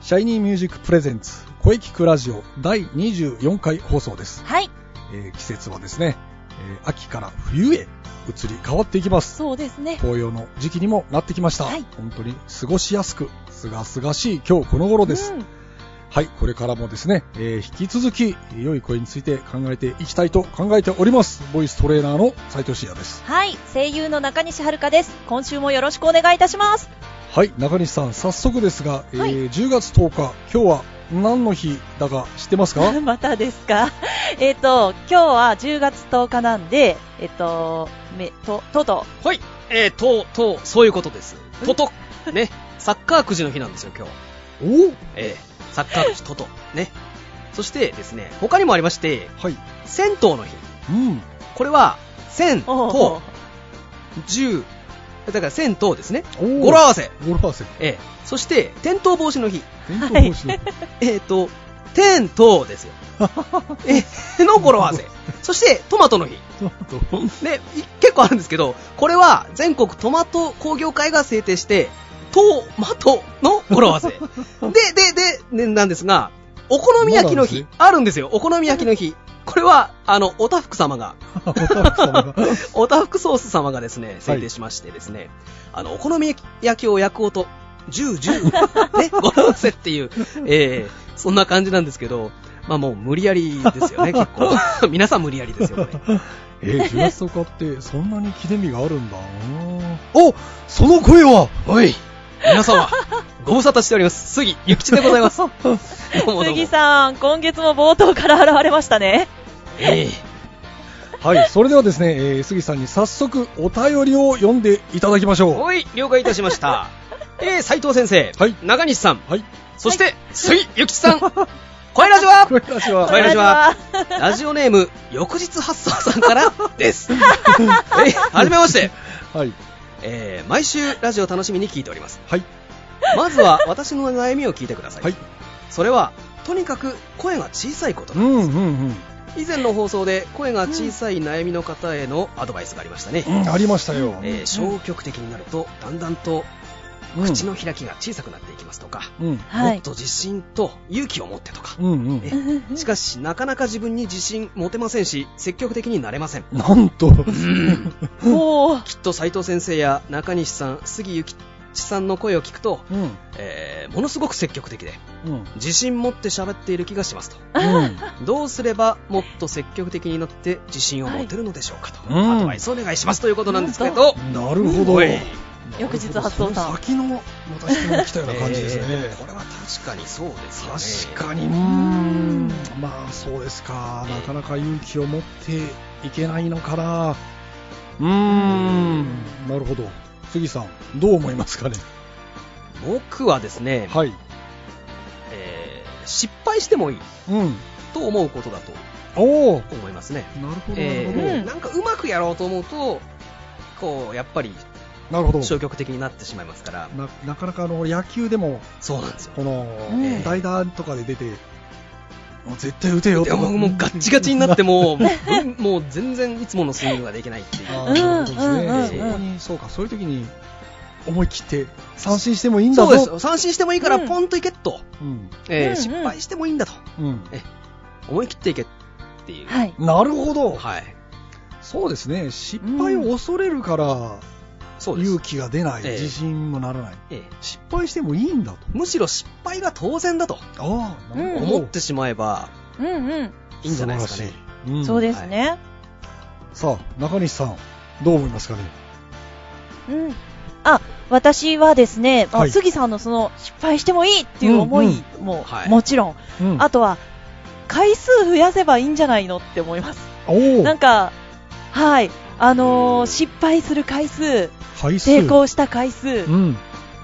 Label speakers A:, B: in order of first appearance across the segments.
A: シャイニーミュージックプレゼンツ声聞くラジオ第24回放送です、
B: はい。
A: えー季節はですね、えー秋から冬へ移り変わっていきます
B: そうですね。
A: 紅葉の時期にもなってきました、
B: はい
A: 本当に過ごしやすくすがすがしい今日この頃です、
B: うん
A: はいこれからもですね、えー引き続き良い声について考えていきたいと考えておりますボイストレーナーの斉藤慎也です
B: はい。声優の中西遥です。今週もよろしくお願いいたします。
A: はい中西さん早速ですが、えー
B: はい
A: 10月10日今日は何の日だか知ってま すか
B: またですか。 えっと、今日は10月10日なんで、えっと、め、と、とと、
C: はい、えー、とう、とう、そういうことです。とと、ね、サッカーくじの日なんですよ、今日。
A: お
C: えー、サッカーくじとと、ね。そしてですね、他にもありまして、
A: はい
C: 銭湯の日。
A: うん
C: これは、銭湯、
B: おう
C: 十、だから銭湯ですね。
A: おー
C: 語呂合わせ。
A: 語呂合わせ。
C: えー、そして、転倒防止の日。
A: 伝統帽子の。
C: えーと、天倒です よ。えー、の語呂合わせ。そして、トマトの日。で、い結構あるんですけど、これは全国トマト工業会が制定して、トマトの語呂合わ せ。で、で、で、ねなんですが、お好み焼きの日、あるんですよ。お好み焼きの日。これは、あの、おたふく様が、
A: おたふく様が
C: おたふくソース様がですね、制定しましてですね、あの、お好み焼きを焼く音、ジュージュー、ね、 語呂合わせっていう、えー、そんな感じなんですけど、まあもう無理やりです よね、結構。皆さん無理やりですよ、これ。
A: えー、10月10日ってそんなに記念日があるんだなおその声は
C: おい皆 様、ご無沙汰しております。杉ゆきちでございます。 どうもどうも
D: 杉。さん、今月も冒頭から現れましたね。。
C: ええ
A: はい、それではですね、えー杉さんに早速お便りを読んでいただきましょう。
C: おい、了解いたしま した。えー、斉藤先生。
A: はい
C: 中西さん。
A: はい、
C: そして、杉ゆきち さん。声ラジは
A: 声出し
C: お願
A: は。
C: いしますラジオネーム、翌日発送さんから です。えーはじめまして。
A: はい、
C: えー、毎週ラジオ楽しみに聞いております。
A: はい、
C: まずは私の悩みを聞いてください。
A: はい。
C: それは、とにかく声が小さいこと
A: うん、うん、
C: 以前の放送で声が小さい悩みの方へのアドバイスがありましたね、
A: うん。うん、ありましたよ。
C: えー消極的になるとだんだんと
A: うん
C: 口の開きが小さくなっていきますとか、
A: うん、
D: は
C: もっ
D: い。
C: と自信と勇気を持ってとか、
A: うん、うん
C: え。しかしなかなか自分に自信持てませんし積極的になれません
A: なんと、
D: おー
C: きっと斉藤先生や中西さん杉ゆきちさんの声を聞くと、
A: うん、うん、
C: えーものすごく積極的で
A: うん、
C: 自信持って喋っている気がしますとどうすればもっと積極的になって自信を持てるのでしょうかと、
A: はいうん
C: アドバイスをお願いしますということなんですけど、
A: なるほど。
C: おい
D: 翌日発送さん
A: その先のまた質問来たような感じですね。
C: えーこれは確かにそうですよね
A: 確かに、うーん、まあそうですか、なかなか勇気を持っていけないのかな、うーん、なるほど、杉さん、どう思いますかね、
C: 僕はですね、
A: はい、
C: えー失敗してもいい
A: うん、
C: と思うことだと
A: おお、
C: 思いますね、
A: なるほど、な
C: え
A: るほど、
C: ーなんかうまくやろうと思うとこうやっぱり
A: なるほど
C: 消極的になってしまいますから
A: ななかなかあの野球でも、
C: そうなんですよ
A: この、
D: ん
A: 代打とかで出て、もう絶対打てよ
C: いやもうもうガッチガチになってもうもう もう全然いつものスイングができないっていう
A: あ
D: う
A: ー
D: ん
A: なるほどですね
C: うんうんう
A: そこ
C: ん
A: にそうか、そういう時に思い切って三振してもいいんだ
C: そう
A: ぞ
C: です三振してもいいから
D: うん
C: ポンといけと、
A: うん
C: えー
D: うんうん
C: 失敗してもいいんだと
A: うん
C: 思い切っていけっていう
D: はい。
A: なるほど、
C: はい、
A: そうですね、失敗を恐れるから
C: そうです
A: 勇気が出ない、
C: ええ
A: 自信もならない、
C: えー
A: 失敗してもいいんだと、
C: むしろ失敗が当然だと
A: ああ、なるほど
C: 思ってしまえば
D: うんうん。
C: いいんじゃないですかね。
A: 素晴らしいうん
D: そうですね。
A: さあ、中西さん、どう思いますかね、
D: うん。あ、私はですね、ま
A: は
D: あ
A: い
D: 杉さんのその失敗してもいいっていう思いも
C: はい
D: もちろん。
A: うん、
D: あとは、回数増やせばいいんじゃないのって思います。
A: おお
D: なんか、はい。あのー失敗する回数、
A: 回数
D: 成功した回数
A: う、ん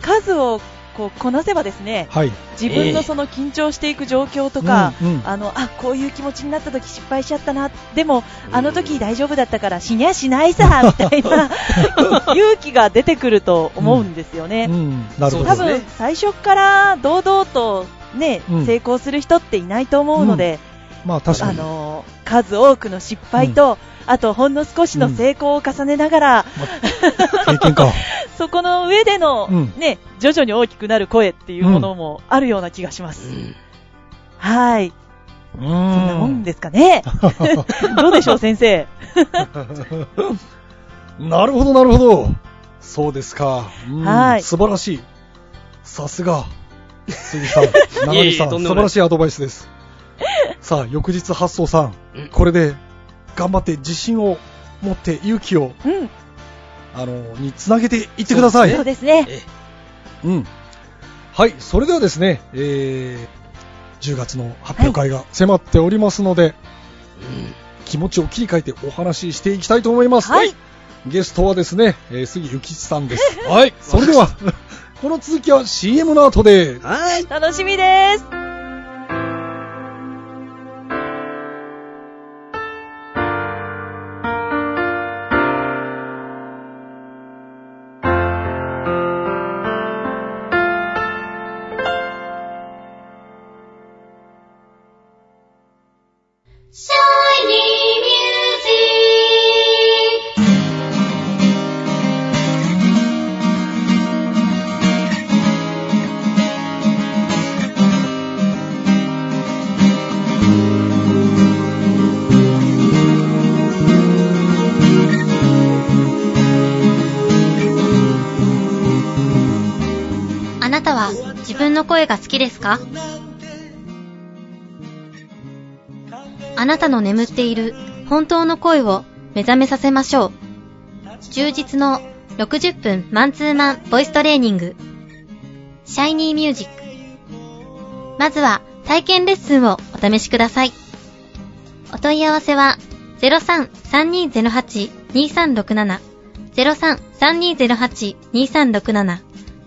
D: 数を
B: こうこなせばですね、
A: はい。
B: 自分のその緊張していく状況とか、
A: うんうん
B: あのあこういう気持ちになった時失敗しちゃったな、でもあの時大丈夫だったから死にゃしないさみたいな勇気が出てくると思うんですよね。
A: うん、なるほど。
B: 多
C: そうで
B: 分
C: すね
B: 最初から堂々とね、
A: うん
B: 成功する人っていないと思うので、
A: まあ確か
B: あ
A: に。ま
B: の数多くの失敗と、あとほんの少しの成功を重ねながら、
A: あ経験か。
B: そこの上での、
A: うん
B: ね、徐々に大きくなる声っていうものもあるような気がします。はい。
A: うん。
B: そんなもんですか ね。どうでしょう、先生。
A: なるほど、なるほど。そうですか。うん
B: はい
A: 素晴らしい。さすが。杉さん、長
C: いえ
A: 見
C: いえ
A: さん、
C: とんで
A: 素晴
C: もない
A: らしいアドバイスです。さあ、翌日、発想さん、これで頑張って自信を持って勇気を、
B: うん、
A: あの、につなげていってください。
B: そうですね。
C: え
A: うん。はい、それではですね、えー10月の発表会が迫っておりますので、気持ちを切り替えてお話ししていきたいと思います。
B: はい
A: ゲストはですね、えー杉ゆきちさん です。はい。それでは、この続きは CM の後で、
C: はい。
B: 楽しみです。
E: あなたは自分の声が好きですかあなたの眠っている本当の声を目覚めさせましょう。充実の60分マンツーマンボイストレーニング。シャイニーミュージック。まずは体験レッスンをお試しください。お問い合わせは03-3208-2367 03-3208-2367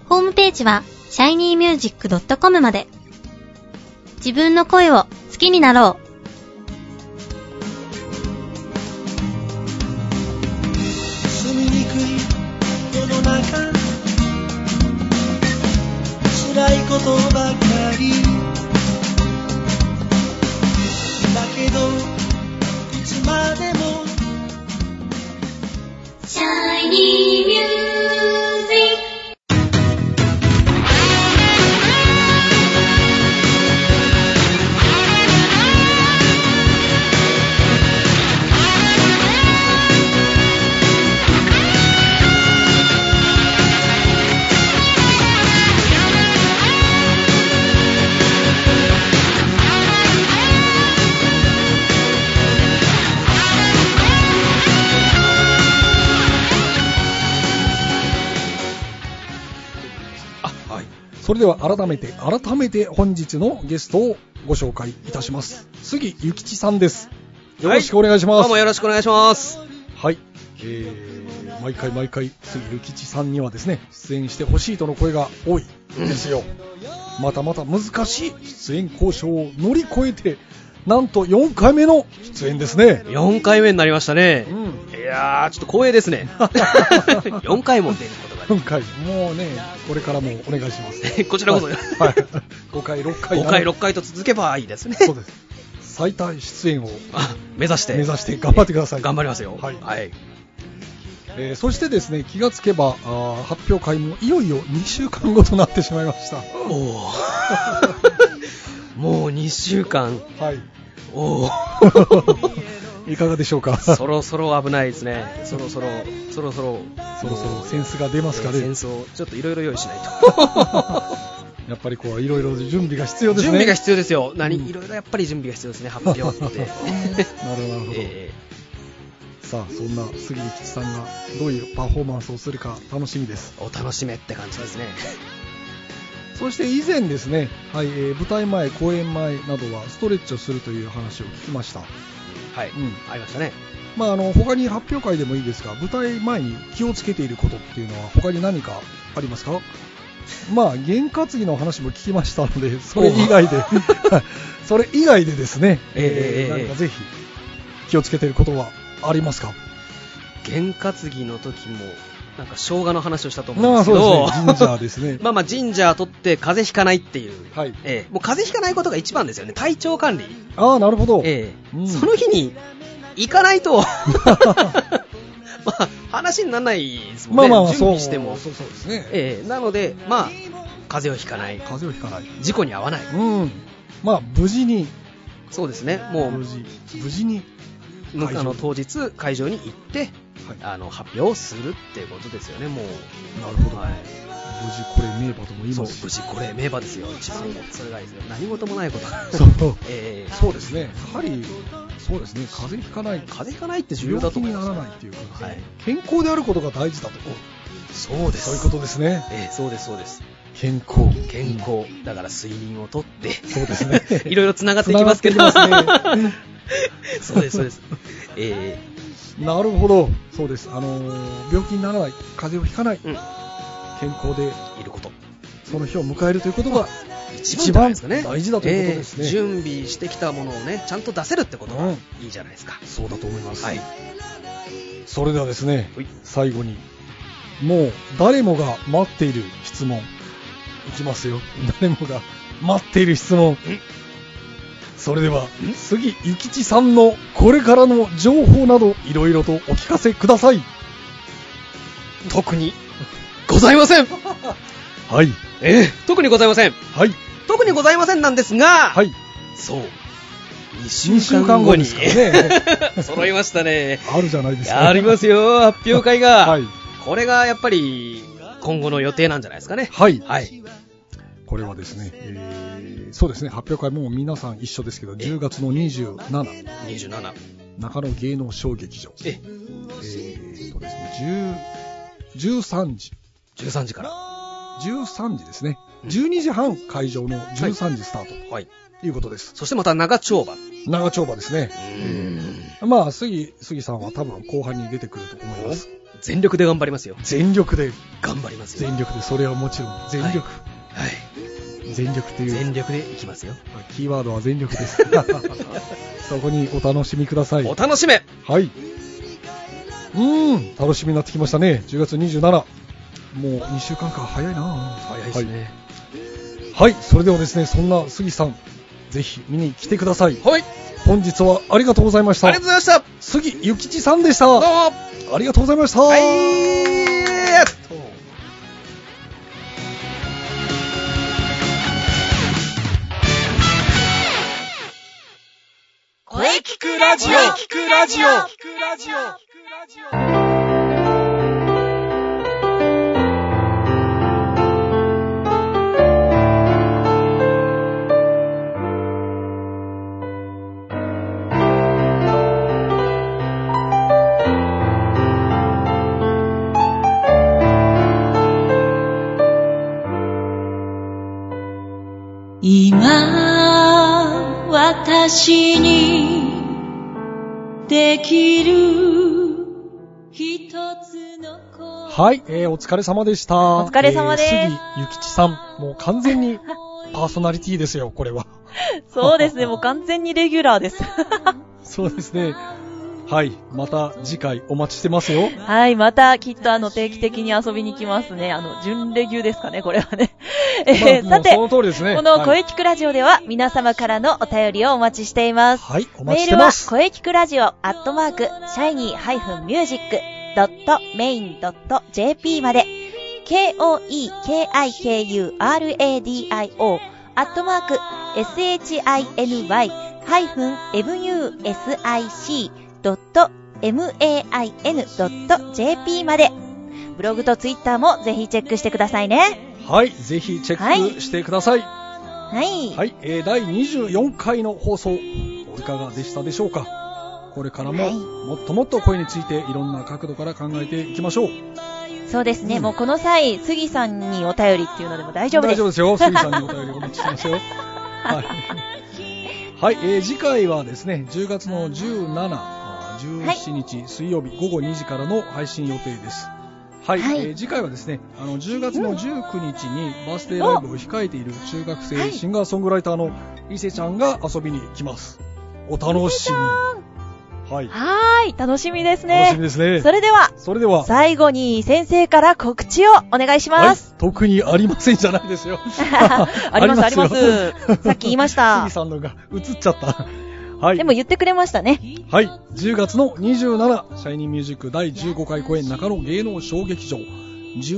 E: ホームページは shinymusic.com まで。自分の声を好きになろう。
F: 住みにくい世の中辛いことばかりだけどいつまでも
E: Shiny Music
A: それでは改めて、改めて本日のゲストをご紹介いたします。杉ゆきちさんです。よろしくお願いし
C: ど
A: ま
C: う
A: す。
C: もよろしくお願いします。
A: はい、えー、毎回毎回杉ゆきちさんにはですね出演してほしいとの声が多いですよ、またまた難しい出演交渉を乗り越えてなんと4回目の出演ですね
C: 4回目になりましたね。
A: うん
C: いやー、ちょっと光栄です ね。4回も出ることがで
A: 今回もうねこれからもお願いします
C: き こちらこそ、
A: はい、5回6回
C: 5回、6回と続けばいいですね。
A: そうです最多出演を
C: あ目指して。
A: 目指して頑張ってください
C: 頑張りますよ。
A: はい
C: はい。
A: えーそしてですね気がつけばあー発表会もいよいよ2週間後となってしまいました
C: お お。もう2週間。
A: はい
C: おお。
A: いかがでしょうか
C: そろそろ危ないですね。そろそろ、そろそろ、
A: そろそろセンスが出ますかね
C: えー戦争、ちょっといろいろ用意しないと。
A: やっぱりこういろいろ準備が必要ですね
C: 準備が必要ですよ。
A: うん。
C: 何、いろいろやっぱり準備が必要ですね、発表って
A: なるほどなるほど
C: え
A: さあそんな杉井吉さんがどういうパフォーマンスをするか楽しみです
C: ーお楽しめって感じですね。
A: そして以前ですね、はいえー舞台前公演前などはストレッチをするという話を聞きました
C: はい、
A: うん
C: ありましたね。
A: まああの他に発表会でもいいですが舞台前に気をつけていることっていうのは他に何かありますかまあ、験担ぎの話も聞きましたので、それ以外で、 それ以外でですね、
C: えええ
A: な
C: え
A: んかぜひ、気をつけていることはありますか
C: 験担ぎの時も、なんか生姜の話をしたと思うん
A: まあ、
C: ですけ
A: そう
C: ど、。
A: ですね、神社ですね
C: まあまあ、ジンジャー取って風邪ひかないっていう。
A: はい。
C: ええもう風邪ひかないことが一番ですよね。体調管理。
A: ああ、なるほど。
C: ええ
A: うん
C: その日に行 かないと、まあ、話にならないですもんね。準備しても。
A: そうそうですね。
C: ええなので、まあ、風邪をひかない。
A: 風邪をひかない。
C: 事故に遭わない。
A: うん。まあ、無事に、
C: そうですね。も
A: 無事、無事に、
C: う、むあの当日会場に行って、
A: はい
C: あの発表をするっていうことですよね。もう。
A: なるほど
C: はい。
A: 無事これ名馬とも言い
C: そう
A: ますし。
C: 無事これ名馬ですよ。一番それがいいですよ。何事もないこ と。
A: そう
C: ええ
A: そうですね。やはり、そうですね。風邪ひかない。
C: 風邪ひかないって重要
A: 病
C: だと
A: 気
C: 思い
A: に
C: ま
A: な
C: す。
A: らないっていうか、
C: はい
A: 健康であることが大事だと。
C: そうで
A: そう
C: す。
A: いうことですね。
C: ええそうですそうです。
A: 健康。
C: 健康、だから睡眠をとって、
A: そうですね
C: いろいろつながっていきますけど、
A: つながってきますね
C: そうです、そうです、え
A: なるほど。そうです。あのー病気にならない、風邪をひかない、
C: うん
A: 健康で
C: ーいること、
A: その日を迎えるということが、
C: 一番じゃないですかね
A: 一番大事だということですね
C: えー準備してきたものをね、ちゃんと出せるってことが
A: うん
C: いいじゃないですか、
A: そうだと思います。
C: はい、
A: それではですね
C: はい、
A: 最後に、もう誰もが待っている質問、いきますよ。誰もが待っている質問。それでは、杉ゆきちさんのこれからの情報など、いろいろとお聞かせください。
C: 特にございま せん、
A: はい。
C: えー特にございません、
A: はい。
C: 特にございませんなんですが、
A: はい。
C: そう、
A: 2
C: 2
A: 週間後にですから ね
C: 揃いましたね、
A: あるじゃないですか。
C: ありますよ、発表会が、
A: はい。
C: これがやっぱり今後の予定なんじゃないですかね。
A: はい。
C: はい。
A: これはですね、えーそうですね、発表会も皆さん一緒ですけど、10月の27、
C: 27。
A: 中野芸能小劇場。
C: え、
A: えーとですね、10 13時、
C: 13時から。
A: 13時ですね、
C: うん
A: 12時半会場の13時スタート
C: はい。
A: ということです。
C: そしてまた長丁場。
A: 長丁場ですね。まあ、杉、杉さんは多分後半に出てくると思います。
C: 全力で頑張りますよ。
A: 全力で、
C: 頑張りますよ。
A: 全力で、それはもちろん、全力、
C: はい。
A: 全力っていう、
C: 全力でいきますよ。
A: キーワードは全力です。 そこにお楽しみください。
C: お楽しみ
A: はい。うーん、楽しみになってきましたね。10月27。もう2週間か早いな。
C: 早
A: 早
C: いですね。
A: はい。はい、それではですね、そんな杉さん、ぜひ見に来てください。
C: はい。
A: 本日はありがとうございまし
C: あ
A: た。
C: りがとうございました。ど
A: 杉ゆきちさんでし
C: うも
A: た。ありがとうございました。
C: はい。
D: 声聞くラジオ聞くラジオ今私にできる一つのこと
A: はい、えーお疲れ様でした。お
B: 疲れ様です
A: 杉ゆきちさん、もう完全にパーソナリティですよ、これは。
B: そうですね、もう完全にレギュラーです。
A: そうですね。はい、また次回お待ちしてますよ。
B: はい、またきっとあの定期的に遊びに来ますね。あの、準レギュですかね、これはね。 えー
A: まあ
B: さ
A: も
B: て、
A: うその通りですね。
B: この
A: はい
B: 声聞くラジオでは皆様からのお便りをお待ちしています。
A: はい、お待
B: メー
A: ちし
B: ル
A: て
B: は
A: ま、す。
B: 声聞くラジオアットマーク、シャイニー -music.main.jp まで、k-o-e-k-i-k-u-r-a-d-i-o アットマーク、shiny-music.main.jp まで、ブログとツイッターもぜひチェックしてくださいね。
A: はい、ぜひチェックしてください。は
B: はい。
A: い、えー第24回の放送、いかがでしたでしょうかこれからも、もっともっと声についていろんな角度から考えていきましょう。
B: そうですね、
A: うん
B: もうこの際、杉さんにお便りっていうのでも大丈夫です。
A: よ。杉さんにお便りお待ちしてますよ。はい。はい、えー次回はですね、10月の17、あー17日水曜日午後2時からの配信予定です。はい、
E: はい
A: えー次回はですねあの10月の19日にバースデーライブを控えている中学
E: は
A: 生
E: い
A: シンガーソングライターの伊勢ちゃんが遊びに来ますお楽しみはい
B: はーい、楽しみです
A: 楽しみ
B: ね。
A: で すね
B: それでは、
A: それでは
B: 最後に先生から告知をお願いし
A: は
B: ま
A: い
B: す。、
A: 特にありませんじゃないですよ
B: あります、ありま
A: よ
B: す。さっき言いまし
A: 杉
B: た。
A: さんのが映っちゃった。はい。
B: でも言ってくれましたね。
A: はい。10月の27、シャイニーミュージック第15回公演中野芸能小劇場、12時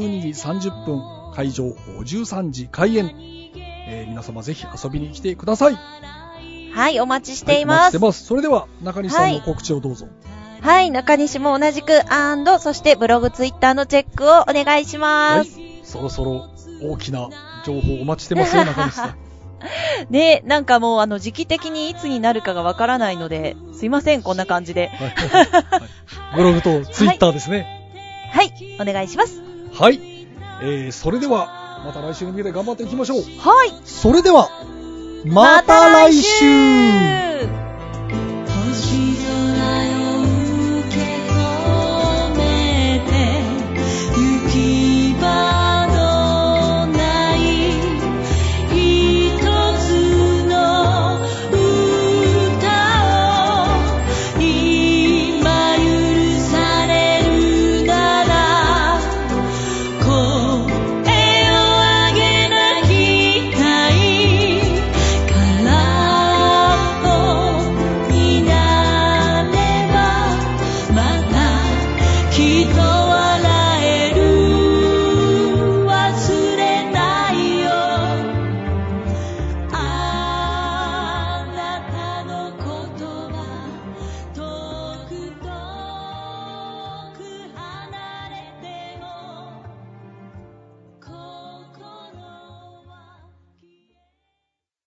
A: 30分、会場13時開演。えー皆様ぜひ遊びに来てください。
B: はい、お待ちしています
A: はい待って。ます。それでは、中西さん
B: は
A: の
B: い
A: 告知をどうぞ。
B: はい、中西も同じく、アンド、そしてブログ、ツイッターのチェックをお願いし
A: は
B: ま
A: い
B: す。。
A: そろそろ大きな情報お待ちしてますよ、中西 さん。
B: ね、なんかもう、あの、時期的にいつになるかがわからないので、すいません、こんな感じで。
A: はいはいブログとツイッターですね。
B: はい、お願いします。
A: はい。えー、それでは、また来週に向けて頑張っていきましょう。
B: はい、
A: それでは、また来週